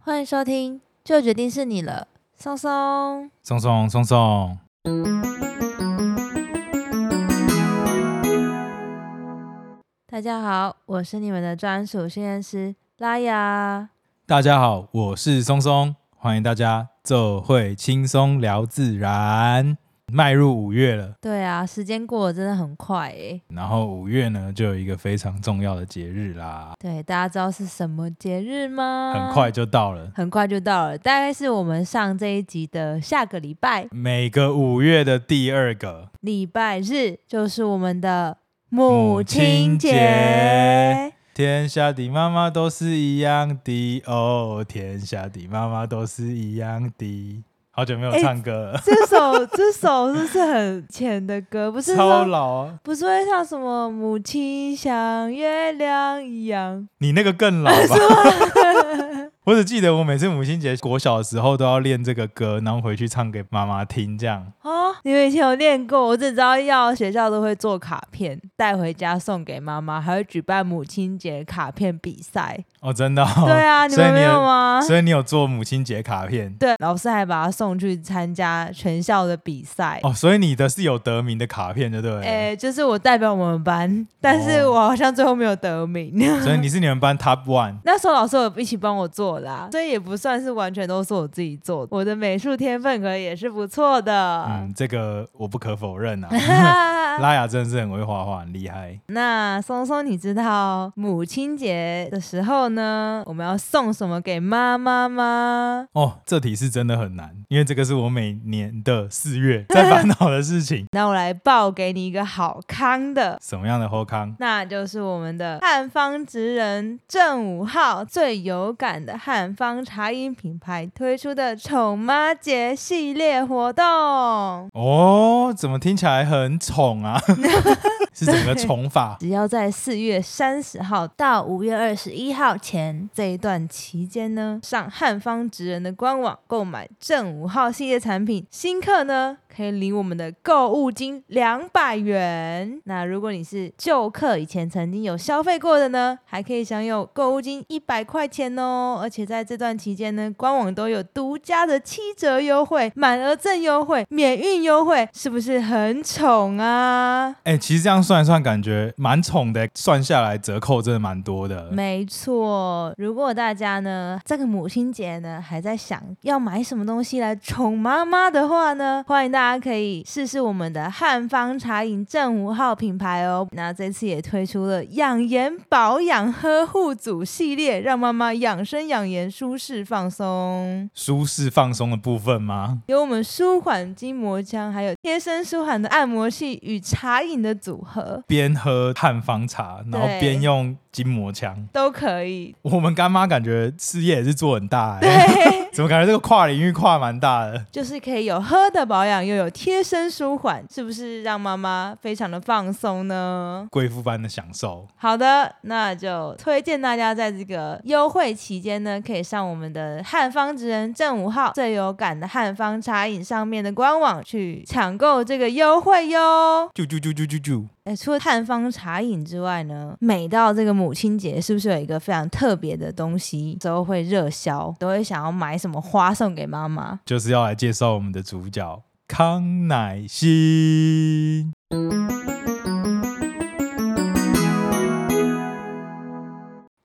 欢迎收听，就决定是你了，松松。松松松松，大家好，我是你们的专属训练师拉雅。大家好，我是松松，欢迎大家这会轻松聊自然。迈入五月了，对啊，时间过得真的很快欸诶。然后五月呢就有一个非常重要的节日啦，对，大家知道是什么节日吗？很快，就到了。很快就到了，大概是我们上这一集的下个礼拜，每个五月的第二个，礼拜日就是我们的母母亲亲节节。天下的妈妈都是一样的哦，天下的妈妈都是一样的。好久没有哎唱歌了，这首这首是不是很浅的歌？不是超说老啊！不是会像什么母亲像月亮一样？你那个更老 吧？ 我只记得我每次母亲节国小的时候都要练这个歌，然后回去唱给妈妈听，这样哦，你们以前有练过？我只知道要学校都会做卡片带回家送给妈妈，还会举办母亲节卡片比赛。哦，真的、哦。对 啊，你所以们你没有吗？所以你有做母亲节卡片对，老师还把他送去参加全校的比赛。哦，所以你的是有得名的卡片，对不对？诶，就是我代表我们班，但是哦我好像最后没有得名。所以你是你们班 top one。 那时候老师有一起帮我做啦，所以也不算是完全都是我自己做的。我的美术天分可能也是不错的。 嗯，这个我不可否认啊。 拉雅真的是很会画画，很厉害。那松松，你知道母亲节的时候呢，我们要送什么给妈妈吗？。哦，这题是真的很难，因为这个是我每年的四月在烦恼的事情那我来报给你一个好康的。什么样的后康？那就是我们的汉方职人正五号最有感的汉方茶饮品牌推出的宠妈节系列活动。哦，怎么听起来很宠啊？ 是整个宠法只要在四月三十号到五月二十一号前这一段期间呢，上汉方职人的官网购买正五号系列产品，新客呢可以领我们的购物金两百元。那如果你是旧客，以前曾经有消费过的呢，还可以享有购物金一百块钱哦。而且在这段期间呢，官网都有独家的七折优惠、满额赠优惠、免运优惠，是不是很宠啊？哎、其实这样算一算，感觉蛮宠的。算下来折扣真的蛮多的。没错，如果大家呢这个母亲节呢还在想要买什么东西来宠妈妈的话呢，欢迎大家可以试试我们的汉方茶饮正五号品牌哦。那这次也推出了养颜保养呵护组系列，让妈妈养生养颜、舒适放松。舒适放松的部分吗？有我们舒缓筋膜枪，还有贴身舒缓的按摩器与茶饮的组合边喝汉方茶，然后对边用筋膜枪。都可以。我们干妈感觉事业也是做很大、欸， 怎么感觉这个跨领域跨蛮大的？就是可以有喝的保养，又有贴身舒缓，是不是让妈妈非常的放松呢？贵妇般的享受。好的，那就推荐大家在这个优惠期间呢，可以上我们的汉方职人正五号最有感的汉方茶饮上面的官网去抢购这个优惠哟。啾啾啾啾啾啾！诶，除了汉方茶饮之外呢，每到这个母亲节，是不是有一个非常特别的东西之后会热销，都会想要买什么花送给妈妈？就是要来介绍我们的主角康乃馨。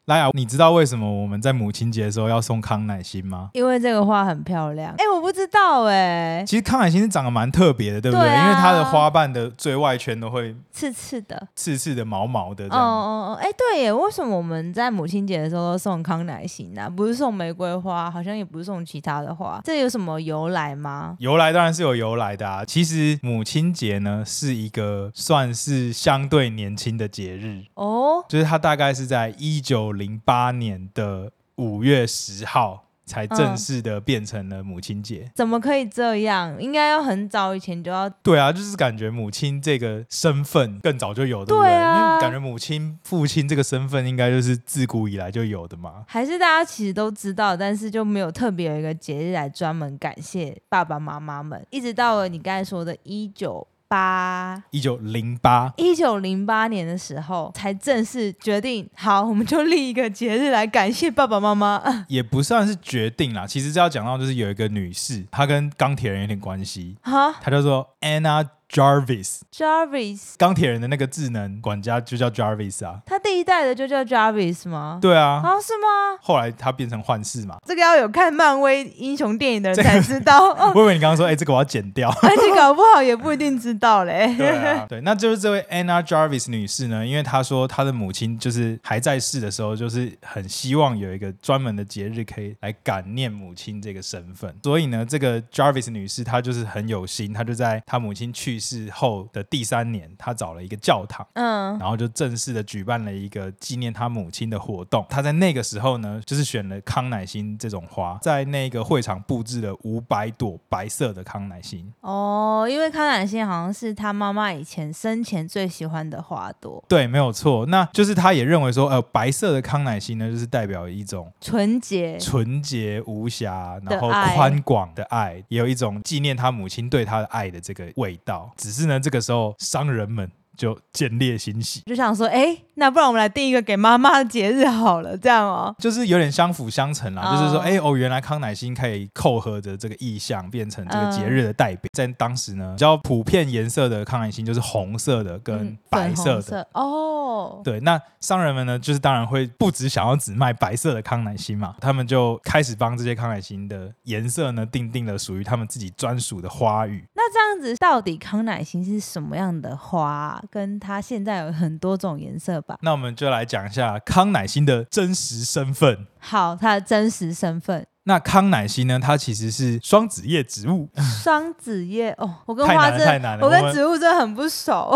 拉啊雅，你知道为什么我们在母亲节的时候要送康乃馨吗？因为这个花很漂亮。哎、我不知道哎、其实康乃馨是长得蛮特别的，对不对？对啊因为它的花瓣的最外圈都会刺刺的。刺刺的、毛毛的这哦样。哦哦，哎、对耶，为什么我们在母亲节的时候都送康乃馨呢、不是送玫瑰花，好像也不是送其他的花，这有什么由来吗？由来当然是有由来的啊。其实母亲节呢是一个算是相对年轻的节日，哦，就是它大概是在一九零八年的五月十号才正式的变成了母亲节。怎么可以这样？应该要很早以前就要。对啊，就是感觉母亲这个身份更早就有，对不对啊因为感觉母亲、父亲这个身份应该就是自古以来就有的嘛。还是大家其实都知道，但是就没有特别有一个节日来专门感谢爸爸妈妈们。一直到了你刚才说的19八。一九零八，一九零八年的时候，才正式决定，好，我们就立一个节日来感谢爸爸妈妈。 也不算是决定啦。其实这要讲到就是有一个女士，她跟钢铁人有点关系，哈她叫做 Anna Jarvis， ，Jarvis，钢铁人的那个智能管家就叫 Jarvis 啊。他第一代的就叫 Jarvis 吗？对啊，啊，是吗？后来她变成幻视嘛。这个要有看漫威英雄电影的人才知道，哦， 我以为你刚刚说，哎、这个我要剪掉。而且搞不好也不一定知道嘞。 对啊， 对，那就是这位 Anna Jarvis 女士呢，因为她说她的母亲就是还在世的时候，就是很希望有一个专门的节日可以来感念母亲这个身份，所以呢，这个 Jarvis 女士她就是很有心，她就在她母亲去世后的第三年，她找了一个教堂。 嗯，然后就正式的举办了一个纪念她母亲的活动。她在那个时候呢，就是选了康乃馨这种花，在那个会场布置了五百朵白色的康乃馨。哦，因为康乃馨好像是他妈妈以前生前最喜欢的花朵，对，没有错。那就是他也认为说，呃，白色的康乃馨呢，就是代表一种纯洁。纯洁无瑕，然后的爱宽广的爱，也有一种纪念他母亲对他的爱的这个味道。只是呢，这个时候商人们就见猎心喜。就想说，哎，那不然我们来定一个给妈妈的节日好了，这样哦。就是有点相辅相成啦，哦就是说，哎、哦，原来康乃馨可以扣合着这个意嗯象，变成这个节日的代表。在当时呢，比较普遍颜色的康乃馨就是红色的跟嗯白粉色红的，色哦，对，那商人们呢，就是当然会不只想要只卖白色的康乃馨嘛，他们就开始帮这些康乃馨的颜色呢，定定了属于他们自己专属的花语。那这样子到底康乃馨是什么样的花啊？跟它现在有很多种颜色吧？那我们就来讲一下康乃馨的真实身份。 好，它的真实身份，那康乃馨呢，它其实是双子叶植物。 双子叶哦，我跟太花难了太真的，难了我我跟们植物真的很不熟。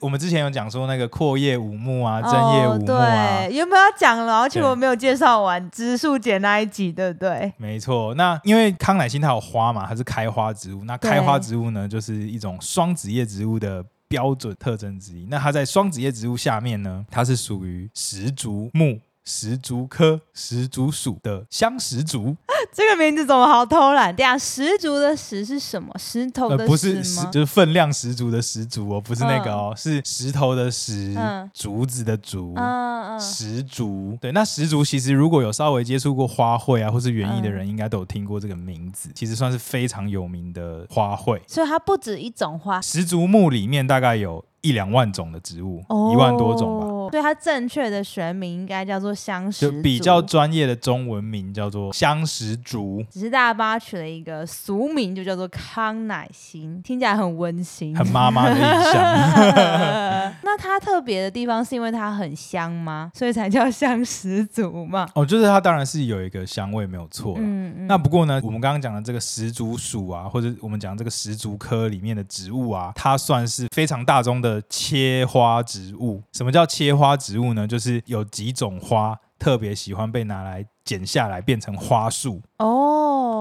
我们之前有讲说那个阔叶五木啊，针叶五哦、木啊。对，原本要讲了，而且对我没有介绍完植树节那一集，对不对？ 没错，那因为康乃馨它有花嘛，它是开花植物。那开花植物呢，就是一种双子叶植物的标准特征之一。那它在双子叶植物下面呢，它是属于石竹目、石竹科、石竹属的香石竹，这个名字怎么好偷懒？对啊，十足的十是什么？石头呃，的不是石石，吗？就是分量十足的石竹哦，不是那个哦，是石头的石，嗯竹子的竹。嗯嗯，石竹，对，那石竹其实如果有稍微接触过花卉啊，或是园艺嗯的人，应该都有听过这个名字，其实算是非常有名的花卉。所以它不止一种花，石竹木里面大概有一两万种的植物，一、哦，万多种吧。所以它正确的学名应该叫做香石就竹，比较专业的中文名叫做香石竹，只是大家帮它取了一个俗名，就叫做康乃馨，听起来很温馨。很妈妈的印象。 那它特别的地方是因为它很香吗？所以才叫香十足嘛？哦，就是它当然是有一个香味，没有错啦。嗯嗯。啊那不过呢，我们刚刚讲的这个石竹属啊，或者我们讲这个石竹科里面的植物啊，它算是非常大宗的切花植物。什么叫切花植物呢？就是有几种花特别喜欢被拿来剪下来变成花束哦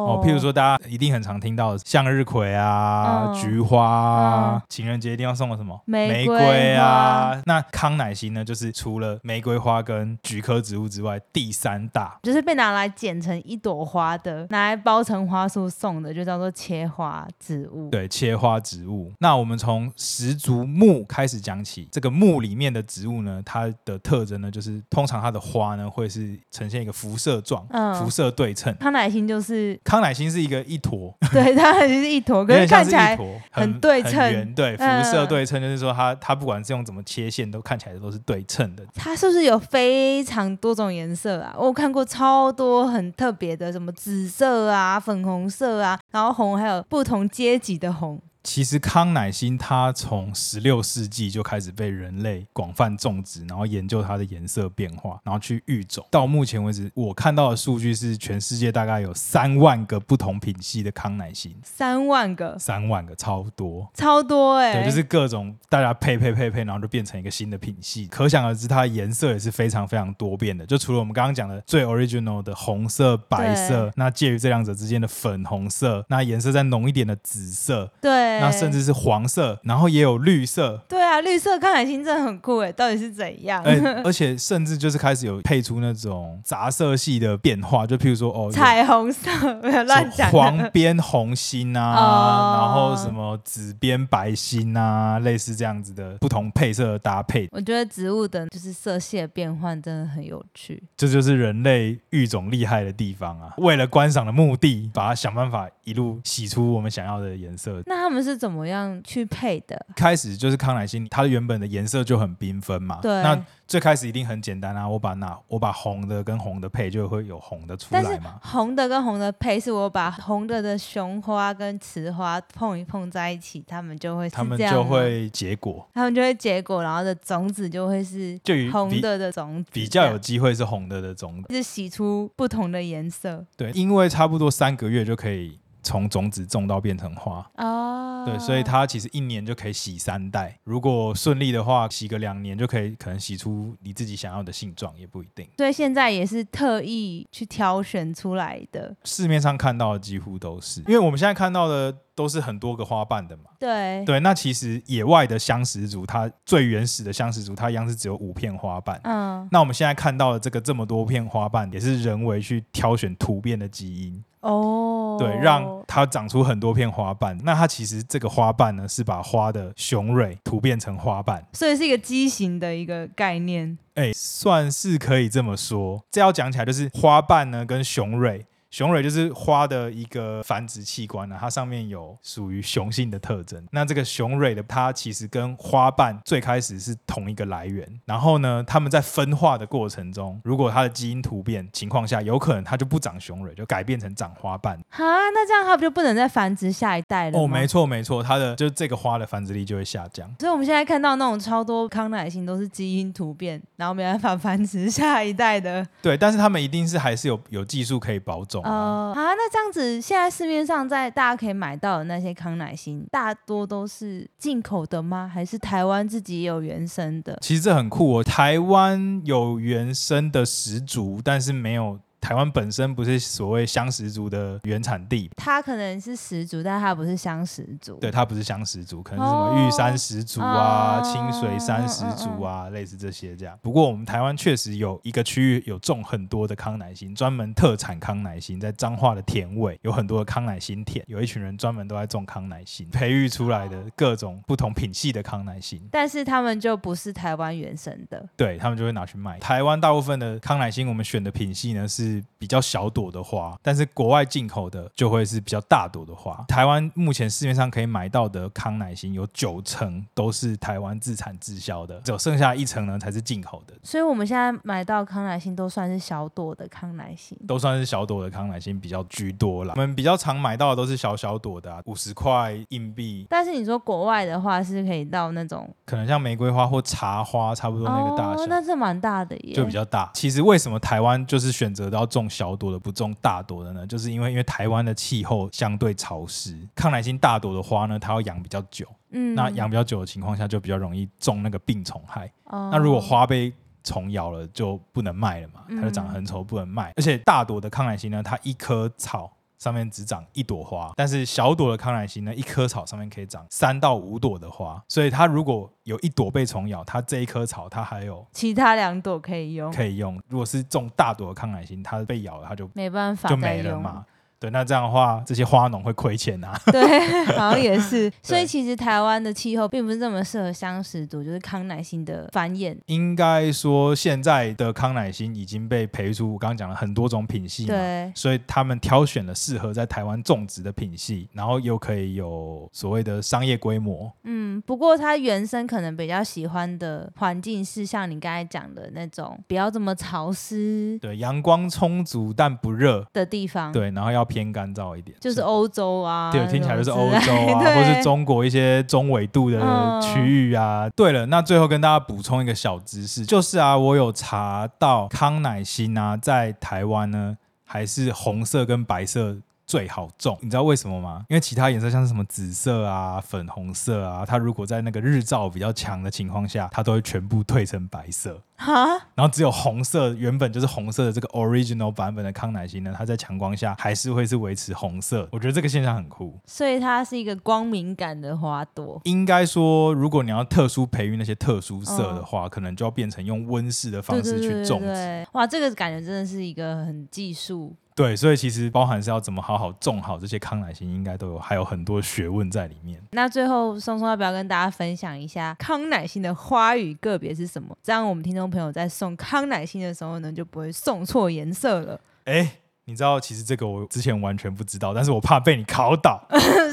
哦，譬如，说大家一定很常听到的向日葵啊、嗯菊花啊嗯，情人节一定要送的什么玫瑰啊。那康乃馨呢，就是除了玫瑰花跟菊科植物之外，第三大。就是被拿来剪成一朵花的，拿来包成花束送的，就叫做切花植物。对，切花植物。那我们从石竹木开始讲起，这个木里面的植物呢，它的特征呢，就是通常它的花呢会是呈现一个辐射状，嗯辐射对称。康乃馨 就是，康乃馨是一个一坨，对，它就是一坨，有可点是像看是起一来坨，很对称很圆，对，嗯辐射对称，就是说它它不管是用怎么切线，都看起来都是对称的。它是不是有非常多种颜色啊？我有看过超多很特别的，什么紫色啊、粉红色啊，然后红还有不同阶级的红。其实康乃馨它从十六世纪就开始被人类广泛种植，然后研究它的颜色变化，然后去育种。到目前为止，我看到的数据是全世界大概有三万个不同品系的康乃馨，三万个，三万个超多。超多哎、对，就是各种大家配配配配，然后就变成一个新的品系。可想而知，它的颜色也是非常非常多变的。就除了我们刚刚讲的最 original 的红色、白色对，那介于这两者之间的粉红色，那颜色再浓一点的紫色，对， 那甚至是黄色，然后也有绿色，对啊，绿色康乃馨真的很酷哎，到底是怎样？哎、而且甚至就是开始有配出那种杂色系的变化，就譬如说哦，有彩虹色没有乱什么讲的，黄边红心啊， 哦然后什么紫边白心啊，类似这样子的不同配色的搭配，我觉得植物的就是色系的变换真的很有趣。这就是人类育种厉害的地方啊！为了观赏的目的，把它想办法一路洗出我们想要的颜色。那他们是怎么样去配的？开始就是康乃馨，它原本的颜色就很缤纷嘛。对那最开始一定很简单啊，我把那我把红的跟红的配，就会有红的出但是来嘛。红的跟红的配，是我把红的的雄花跟雌花碰一碰在一起，它们就会是它们这样就吗会结果，它们就会结果，然后的种子就会是就以红比的的种子，比较有机会是红的的种子。就是洗出不同的颜色对，因为差不多三个月就可以从种子种到变成花。哦。对，所以它其实一年就可以洗三代，如果顺利的话，洗个两年就可以，可能洗出你自己想要的性状也不一定。所以现在也是特意去挑选出来的，市面上看到的几乎都是，因为我们现在看到的都是很多个花瓣的嘛。对，对，那其实野外的相石竹，它最原始的相石竹，它一样是只有五片花瓣。嗯，那我们现在看到的这个这么多片花瓣，也是人为去挑选突变的基因，哦，对，让它长出很多片花瓣。那它其实这个花瓣呢，是把花的雄蕊突变成花瓣。所以是一个畸形的一个概念，哎，算是可以这么说。这要讲起来，就是花瓣呢跟雄蕊，雄蕊就是花的一个繁殖器官啊，它上面有属于雄性的特征。那这个雄蕊的，它其实跟花瓣最开始是同一个来源。然后呢，它们在分化的过程中，如果它的基因突变情况下，有可能它就不长雄蕊，就改变成长花瓣。哈，那这样它不就不能再繁殖下一代了哦，吗没错没错，它的就是这个花的繁殖力就会下降。所以我们现在看到那种超多康乃馨都是基因突变，然后没办法繁殖下一代的。对，但是它们一定是还是有有技术可以保种、啊。呃，啊，那这样子，现在市面上在大家可以买到的那些康乃馨，大多都是进口的吗？还是台湾自己也有原生的？其实这很酷哦，台湾有原生的石竹，但是没有台湾本身不是所谓香石竹的原产地，它可能是十足，但它不是香十足。对，它不是香石竹，可能是什么玉山石竹啊、哦清水山石竹啊，类似这些这样。不过我们台湾确实有一个区域有种很多的康乃馨，专门特产康乃馨，在彰化的田尾有很多的康乃馨田，有一群人专门都在种康乃馨，培育出来的各种不同品系的康乃馨。但是他们就不是台湾原生的。对他们就会拿去卖。台湾大部分的康乃馨，我们选的品系呢是比较小朵的花，但是国外进口的就会是比较大朵的花。台湾目前市面上可以买到的康乃馨，有九成都是台湾自产自销的，只有剩下一层呢才是进口的，所以我们现在买到康乃馨都算是小朵的康乃馨。都算是小朵的康乃馨比较居多啦。我们比较常买到的都是小小朵的、啊，五十块硬币，但是你说国外的话，是可以到那种可能像玫瑰花或茶花差不多那个大小。哦，那是蛮大的耶，就比较大。其实为什么台湾就是选择到种小朵的，不种大朵的呢？就是因为因为台湾的气候相对潮湿，康乃馨大朵的花呢，它要养比较久。嗯那养比较久的情况下，就比较容易中那个病虫害。哦那如果花被虫咬了，就不能卖了嘛，嗯它就长得很丑，不能卖。而且大朵的康乃馨呢，它一棵草。上面只长一朵花，但是小朵的康乃馨呢，一棵草上面可以长三到五朵的花，所以它如果有一朵被虫咬，它这一棵草它还有其他两朵可以用，可以用。如果是种大朵的康乃馨，它被咬了，它就没办法就再没了用。嘛。对，那这样的话，这些花农会亏钱啊。 对，好像也是。所以其实台湾的气候并不是这么适合相识族，就是康乃馨的繁衍。应该说，现在的康乃馨已经被培育出我刚刚讲了很多种品系嘛，对，所以他们挑选了适合在台湾种植的品系，然后又可以有所谓的商业规模。嗯，不过它原生可能比较喜欢的环境是像你刚才讲的那种，不要这么潮湿对，阳光充足但不热，的地方，对，然后要偏干燥一点，嗯就是欧洲啊，对，听起来就是什欧么之洲类啊， 对或是中国一些中纬度的嗯区域啊。对了，那最后跟大家补充一个小知识，就是啊，我有查到康乃馨啊，在台湾呢还是红色跟白色最好种。你知道为什么吗？因为其他颜色像是什么紫色啊、粉红色啊，它如果在那个日照比较强的情况下，它都会全部褪成白色。 哈，然后只有红色原本就是红色的这个 original 版本的康乃馨呢，它在强光下还是会是维持红色。我觉得这个现象很酷。所以它是一个光敏感的花朵。应该说，如果你要特殊培育那些特殊色的话，可能就要变成用温室的方对嗯对式去对对种植。对，哇，这个感觉真的是一个很技术。对，所以其实包含是要怎么好好种好这些康乃馨，应该都有还有很多学问在里面。那最后，松松要不要跟大家分享一下康乃馨的花语个别是什么？这样我们听众朋友在送康乃馨的时候呢，就不会送错颜色了。 哎，你知道，其实这个我之前完全不知道，但是我怕被你考 倒。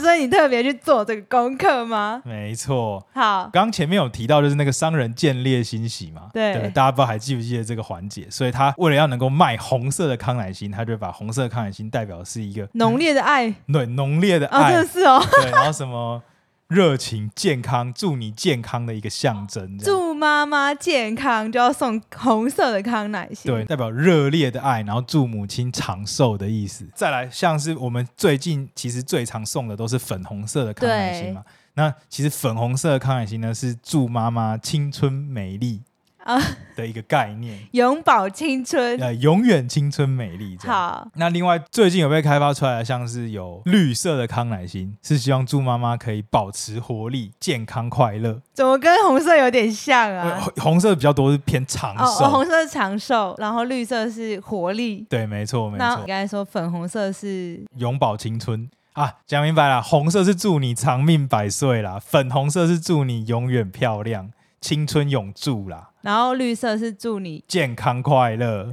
所以你特别去做这个功课吗？没错，好，刚前面有提到，就是那个商人建烈欣喜嘛，对大家不知道还记不记得这个环节？所以他为了要能够卖红色的康乃馨，他就把红色的康乃馨代表是一个浓烈的爱对浓烈的啊，嗯爱，真的是哦，对，然后什么热情、健康，祝你健康的一个象征，这样。祝妈妈健康就要送红色的康乃馨。对，，代表热烈的爱，然后祝母亲长寿的意思。再来，像是我们最近其实最常送的都是粉红色的康乃馨嘛。那其实粉红色的康乃馨呢，是祝妈妈青春美丽啊的一个概 念，永葆青春。呃，永远青春美丽这样。好，那另外，最近有被开发出来的，像是有绿色的康乃馨，是希望祝妈妈可以保持活力、健康、快乐。怎么跟红色有点像呃啊？红红色比较多是偏长哦，寿，哦红色是长寿，然后绿色是活力。对，没错，没那错你。刚才说粉红色是永葆青春啊！讲明白了，红色是祝你长命百岁啦，粉红色是祝你永远漂亮、青春永驻啦，然后绿色是祝你健康快 乐、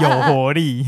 有活力。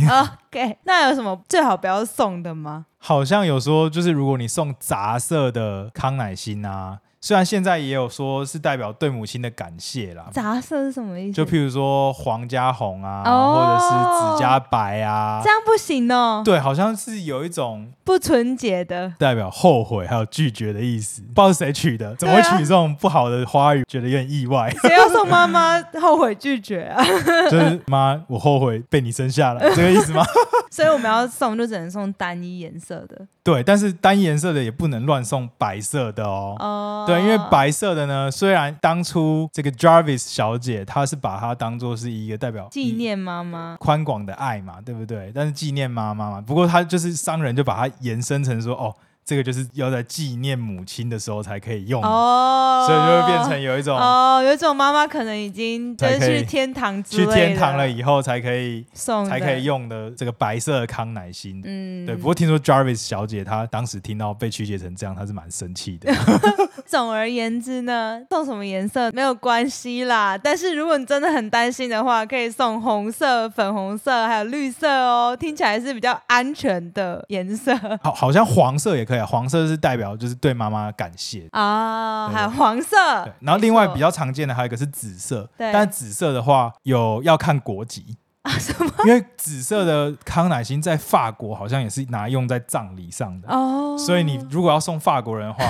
OK。那有什么最好不要送的吗？好像有说，就是如果你送杂色的康乃馨啊，虽然现在也有说是代表对母亲的感谢啦。杂色是什么意思？就譬如说皇家红啊，哦或者是紫加白啊这，样不行哦，对，好像是有一种不纯洁的。代表后悔还有拒绝的意思，不知道是谁取的，怎么会取这种不好的花语？觉得有点意外，谁要送妈妈后悔拒绝啊？ 就是妈，我后悔被你生下来，这个意思吗？所以我们要送就只能送单一颜色的对，但是单一颜色的也不能乱送白色的哦。哦。对，因为白色的呢，虽然当初这个 Jarvis 小姐她是把它当做是一个代表纪念妈妈宽广的爱嘛，对不对？但是纪念妈妈嘛，不过她就是商人就把它延伸成说，哦，这个就是要在纪念母亲的时候才可以用的，哦，嗯所以就会变成有一种哦，有一种妈妈可能已经就是才可去以天堂之去类的天堂了以后才可以送的才可以。用的这个白色的康乃馨。嗯，对，不过听说 Jarvis 小姐她当时听到被曲解成这样，她是蛮生气的。 总而言之呢，送什么颜色没有关系啦。但是如果你真的很担心的话，可以送红色、粉红色还有绿色哦，听起来是比较安全的颜 色好，好像黄色也可以啊，黄色是代表就是对妈妈感谢。啊、对还有黄对色，，然后另外比较较常见的还有一个是紫色，对啊但紫色的话有要看国籍，什么 因为紫色的康乃馨在法国好像也是拿用在葬礼上的，哦，所以你如果要送法国人的话，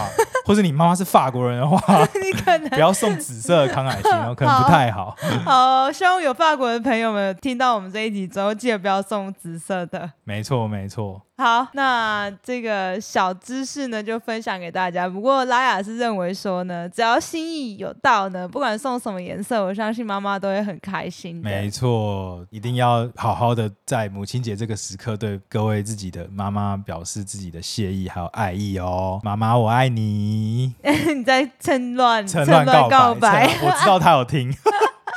或是你妈妈是法国人的话， 你可能不要送紫色的康乃 馨哦，可能不太好。好，哦希望有法国的朋友们听到我们这一集之后，记得不要送紫色的。没错，没错。好，那这个小知识呢，就分享给大家。不过拉雅是认为说呢，只要心意有到呢，不管送什么颜色，我相信妈妈都会很开心的。没错，一定要好好的在母亲节这个时刻，对各位自己的妈妈表示自己的谢意还有爱意 哦，妈妈我爱 你， 你在趁乱趁乱告告白，趁 乱我知道她有听，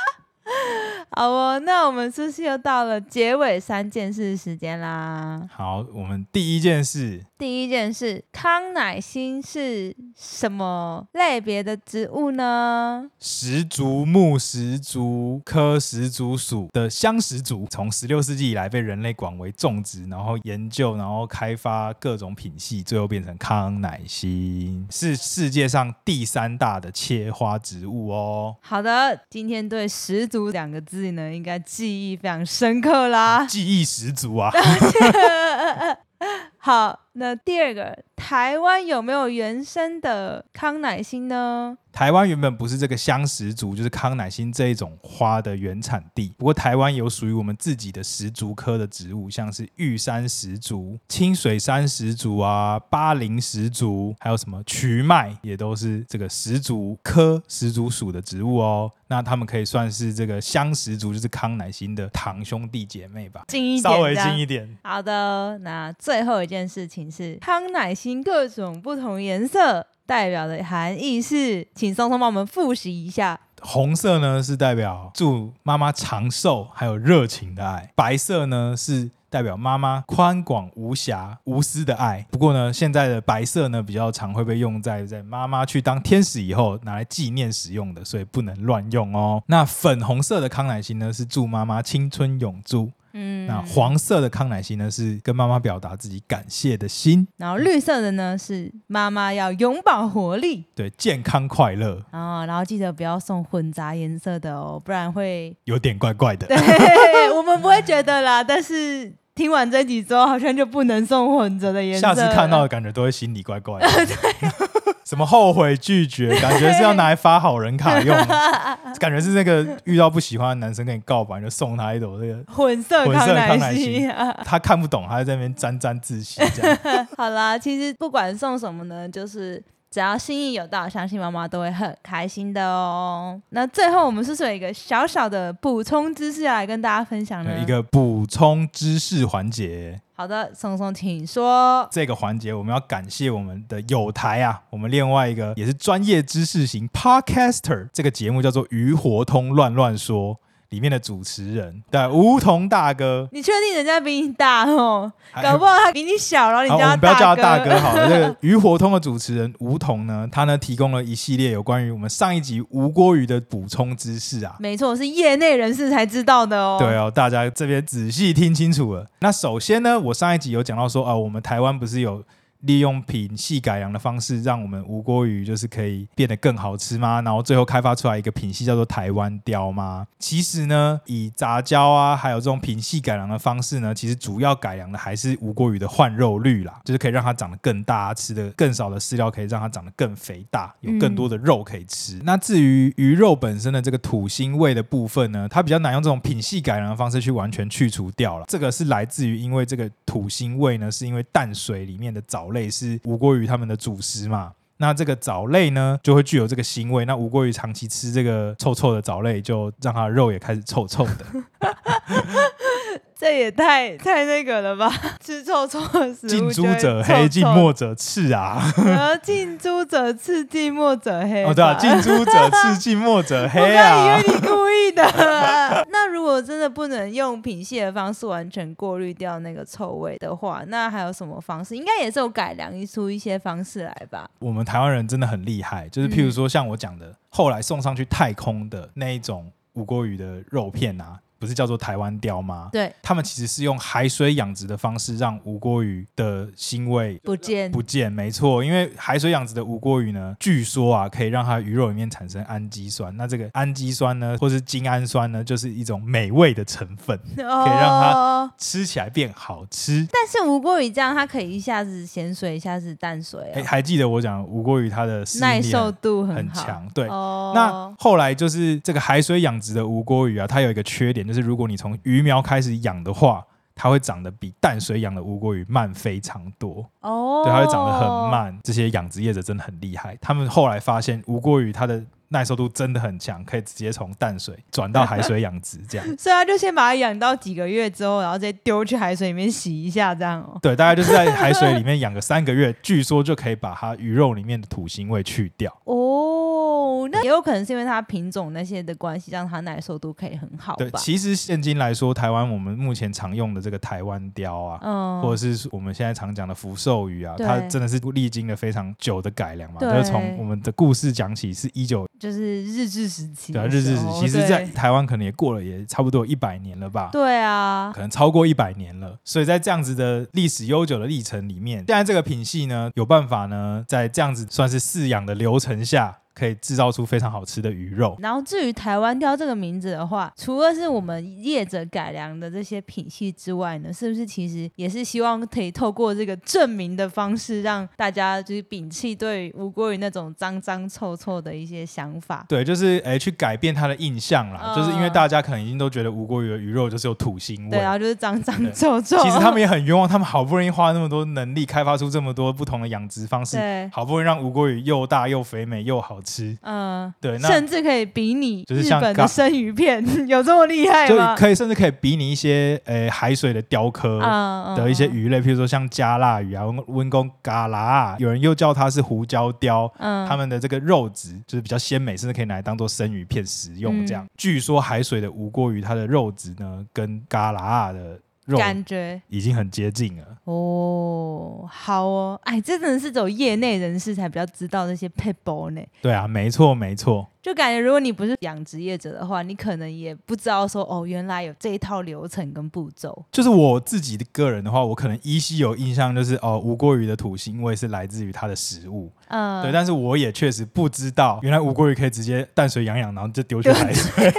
好哦，那我们是不是又到了结尾三件事时间啦？好，我们第一件事，第一件事，康乃馨是什么类别的植物呢？石竹木石竹科石竹属的香石竹，从十六世纪以来被人类广为种植，然后研究，然后开发各种品系，最后变成康乃馨，是世界上第三大的切花植物哦。好的，今天对“十足”两个字呢，应该记忆非常深刻啦。记忆十足啊！好，那第二个，台湾有没有原生的康乃馨呢？台湾原本不是这个香石竹，就是康乃馨这一种花的原产地。不过台湾有属于我们自己的石竹科的植物，像是玉山石竹、清水山石竹啊、巴林石竹，还有什么瞿麦，也都是这个石竹科石竹属的植物哦。那它们可以算是这个香石竹，就是康乃馨的堂兄弟姐妹吧，近一点，稍微近一点。好的，那最后一件事情是康乃馨各种不同颜色代表的含义是，请松松帮我们复习一下。红色呢是代表祝妈妈长寿，还有热情的爱；白色呢是代表妈妈宽广无瑕、无私的爱。不过呢，现在的白色呢比较常会被用在在妈妈去当天使以后拿来纪念使用的，所以不能乱用哦。那粉红色的康乃馨呢是祝妈妈青春永驻。嗯，那黄色的康乃馨呢，是跟妈妈表达自己感谢的心，然后绿色的呢是妈妈要永葆活力对健康快乐，啊、然后记得不要送混杂颜色的哦，不然会 有点怪怪的。对，我们不会觉得啦，但是听完这几周好像就不能送混着的颜色下了。次看到的感觉都会心里怪怪的。什么后悔拒绝，感觉是要拿来发好人卡用的，感觉是那个遇到不喜欢的男生跟你告白，你就送他一朵那个，混色混色康康乃乃馨馨。他看不懂，他在那边沾沾自喜这样。 好啦，其实不管送什么呢，就是只要心意有到，相信妈妈都会很开心的哦。那最后我们是不是有一个小小的补充知识要来跟大家分享呢？一个补充知识环节，好的，松松请说。这个环节我们要感谢我们的友台啊，我们另外一个也是专业知识型 podcaster，这个节目叫做《鱼活通乱乱说》里面的主持人，对，梧桐大哥，你确定人家比你 大哦？还搞不好他比你小，然后你好，我叫他们不要叫他大哥哥。好了。这个鱼活通的主持人吴桐呢，他呢提供了一系列有关于我们上一集吴锅鱼的补充知识啊。 没错，是业内人士才知道的哦。对哦，大家这边仔细听清楚了。那首先呢，我上一集有讲到说，啊，我们台湾不是有利用品系改良的方式，让我们无锅鱼就是可以变得更好吃吗？然后最后开发出来一个品系叫做台湾雕吗？其实呢，以杂交啊，还有这种品系改良的方式呢，其实主要改良的还是无锅鱼的换肉率啦，就是可以让它长得更大，吃的更少的饲料可以让它长得更肥大，有更多的肉可以吃。那至于鱼肉本身的这个土腥味的部分呢，它比较难用这种品系改良的方式去完全去除掉了。这个是来自于因为这个土腥味呢，是因为淡水里面的藻类是无锅鱼它们的主食嘛。那这个藻类呢，就会具有这个腥味。那无锅鱼长期吃这个臭臭的藻类，就让它的肉也开始臭臭 的。这也太太那个了吧？ 吃臭臭的食近物就朱会臭臭，者黑，近墨者 赤啊！呃，近朱者赤，近墨者黑。哦，对啊，近。朱者 赤，近墨者黑我啊！刚以为你故意的。 那如果真的不能用品系的方式完全过滤掉那个臭味的话，那还有什么方式？应该也是有改良出一些方式来吧？我们台湾人真的很厉害，嗯就是譬如说像我讲的，后来送上去太空的那一种五锅鱼的肉片啊，不是叫做台湾雕吗？对，他们其实是用海水养殖的方式，让无锅鱼的腥味不见不见。没错，因为海水养殖的无锅鱼呢，据说啊，可以让它鱼肉里面产生氨基酸。那这个氨基酸呢，或是精氨酸呢，就是一种美味的成分， 哦以让它吃起来变好吃。但是无锅鱼这样，它可以一下子咸水，一下子淡水、还啊，还记得我讲无锅鱼它的适应耐力受度很很好。强，对，哦，那后来就是这个海水养殖的无锅鱼啊，它有一个缺点，就是如果你从鱼苗开始养的话，它会长得比淡水养的无锅鱼慢非常多，哦，对，它会长得很。慢。这些养殖业者真的很厉害，他们后来发现无锅鱼它的耐受度真的很强，可以直接从淡水转到海水养殖这样。 所以他就先把它养到几个月之后，然后再丢去海水里面洗一下，这样哦。对，大概就是在海水里面养个三个月，据说就可以把它鱼肉里面的土腥味去掉。哦，那也有可能是因为它品种那些的关系，让它耐受度可以很好对，吧？其实现今来说，台湾我们目前常用的这个台湾雕啊，嗯，或者是我们现在常讲的福寿鱼啊，对它真的是历经了非常久的改良嘛。对就是从我们的故事讲起，是一九就是日治时期对啊的时日候，治时期，其实在对台湾可能也过了也差不多一百年了吧。对啊，可能超过一百年了，所以在这样子的历史悠久的历程里面，现在这个品系呢，有办法呢，在这样子算是饲养的流程下，可以制造出非常好吃的鱼肉。然后至于台湾雕这个名字的话，除了是我们业者改良的这些品系之外呢，是不是其实也是希望可以透过这个证明的方式，让大家就是摒弃对吴郭鱼那种脏脏臭臭的一些想法？对，就是诶去改变它的印象啦，嗯就是因为大家可能已经都觉得无锅鱼的鱼肉就是有土腥味对，。然后就是脏脏对臭臭。其实他们也很冤枉，他们好不容易花那么多能力，开发出这么多不同的养殖方式，对，好不容易让无锅鱼又大又肥美又好吃，嗯、对，那甚至可以比拟就是日像本刚的生鱼片， 有啊这么厉害就吗？可以甚至可以比拟一些诶海水的雕刻。嗯的一些，鱼类，譬如说像加辣鱼啊、温温公嘎啦啊，有人又叫它是胡椒雕，嗯嗯它们的这个肉质就是比较鲜美，甚至可以拿来当做生鱼片食用。这样，嗯据说海水的无锅鱼，它的肉质呢跟嘎啦啊的肉感觉已经很接近了。哦，好哦，哎，这真的是走业内人士才比较知道这些 p e b l 呢。对啊，没错没错，就感觉，如果你不是养殖业者的话，你可能也不知道说哦，原来有这一套流程跟步骤。就是我自己的个人的话，我可能依稀有印象，就是哦，无锅鱼的土腥味是来自于它的食物，嗯，对，但是我也确实不知道，原来无锅鱼可以直接淡水养养，然后就丢去海 水。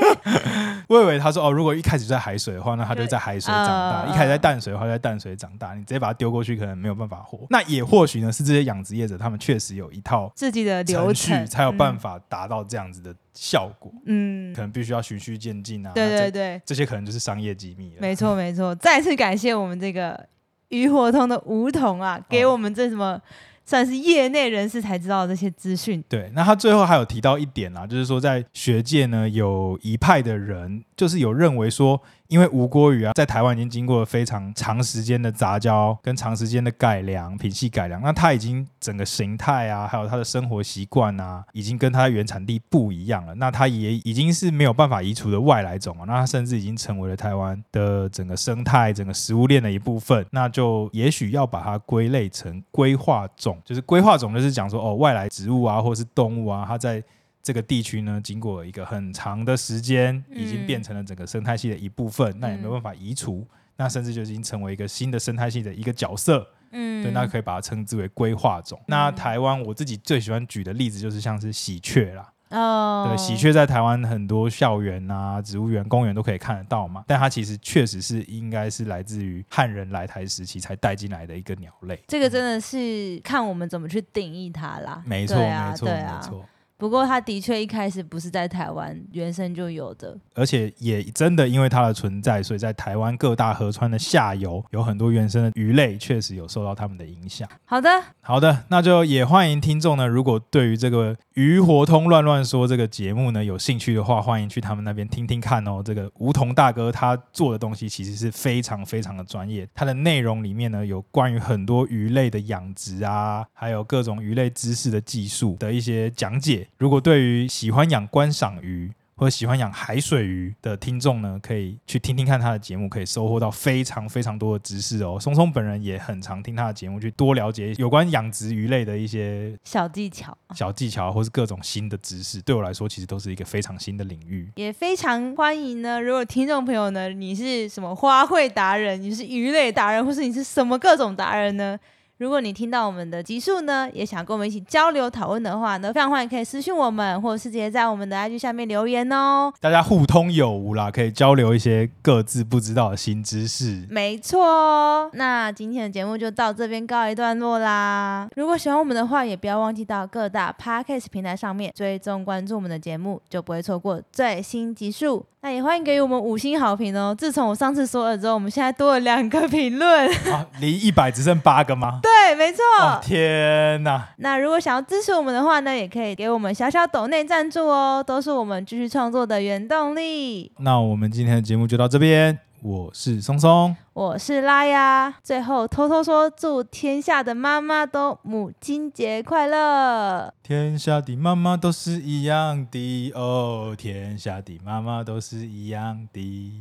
我以为他说哦，如果一开始在海水的话，那它就会在海水长大；嗯一开始在淡水的话，就在淡水长大。你直接把它丢过去，可能没有办法 活。那也或许呢，是这些养殖业者他们确实有一套自己的流程程序，才有办。法达到这样子的效果。嗯，可嗯能必须要循序渐进啊。对那对这对，这些可能就是商业机密了。没错没错。再次感谢我们这个鱼活通的吴桐哦啊，给我们这什么算是业内人士才知道这些资讯。对，那他最后还有提到一点啦，就是说在学界呢，有一派的人就是有认为说，因为吴郭鱼啊，在台湾已经经过了非常长时间的杂交跟长时间的改良、品系改良，那它已经整个形态啊，还有它的生活习惯啊，已经跟它的原产地不一样了。那它也已经是没有办法移除的外来种啊，那它甚至已经成为了台湾的整个生态、整个食物链的一部分。那就也许要把它归类成规划种，就是规划种，就是讲说哦，外来植物啊，或是动物啊，它在这个地区呢，经过一个很长的时间，嗯已经变成了整个生态系的一部分，那也没有办法移除。那甚至就已经成为一个新的生态系的一个角色，嗯对，那可以把它称之为规划种。那台湾我自己最喜欢举的例子就是像是喜鹊啦，哦，对，喜鹊在台湾很多校园啊、植物园、公园都可以看得到嘛，但它其实确实是应该是来自于汉人来台时期才带进来的一个鸟类。这个真的是看我们怎么去定义它啦。没错，对啊没错，对没啊错。不过它的确一开始不是在台湾原生就有的，而且也真的因为它的存在，所以在台湾各大河川的下游有很多原生的鱼类，确实有受到它们的影响。好的，好的，那就也欢迎听众呢，如果对于这个《鱼活通乱乱说》这个节目呢有兴趣的话，欢迎去他们那边听听看哦。这个梧桐大哥他做的东西其实是非常非常的专业，他的内容里面呢有关于很多鱼类的养殖啊，还有各种鱼类知识的技术的一些讲解。如果对于喜欢养观赏鱼，或者喜欢养海水鱼的听众呢，可以去听听看他的节目，可以收获到非常非常多的知识哦。松松本人也很常听他的节目，去多了解有关养殖鱼类的一些小技巧。小技巧，或是各种新的知识。对我来说，其实都是一个非常新的领域。也非常欢迎呢。如果听众朋友呢，你是什么花卉达人，你是鱼类达人，或是你是什么各种达人呢？如果你听到我们的集数呢，也想跟我们一起交流讨论的话呢，非常欢迎可以私讯我们，或者是直接在我们的 IG 下面留言哦。大家互通有无啦，可以交流一些各自不知道的新知识。没错哦，那今天的节目就到这边告一段落啦。如果喜欢我们的话，也不要忘记到各大 podcast 平台上面追踪关注我们的节目，就不会错过最新集数。那也欢迎给我们五星好评哦。自从我上次说了之后，我们现在多了两个评论。 啊，离一百只剩八个吗？对，没错。哦，天哪！那如果想要支持我们的话呢，也可以给我们小小抖内赞助哦，都是我们继续创作的原动力。那我们今天的节目就到这边，我是松松。我是拉呀。最后偷偷说，祝天下的妈妈都母亲节快乐！天下的妈妈都是一样的哦，天下的妈妈都是一样的。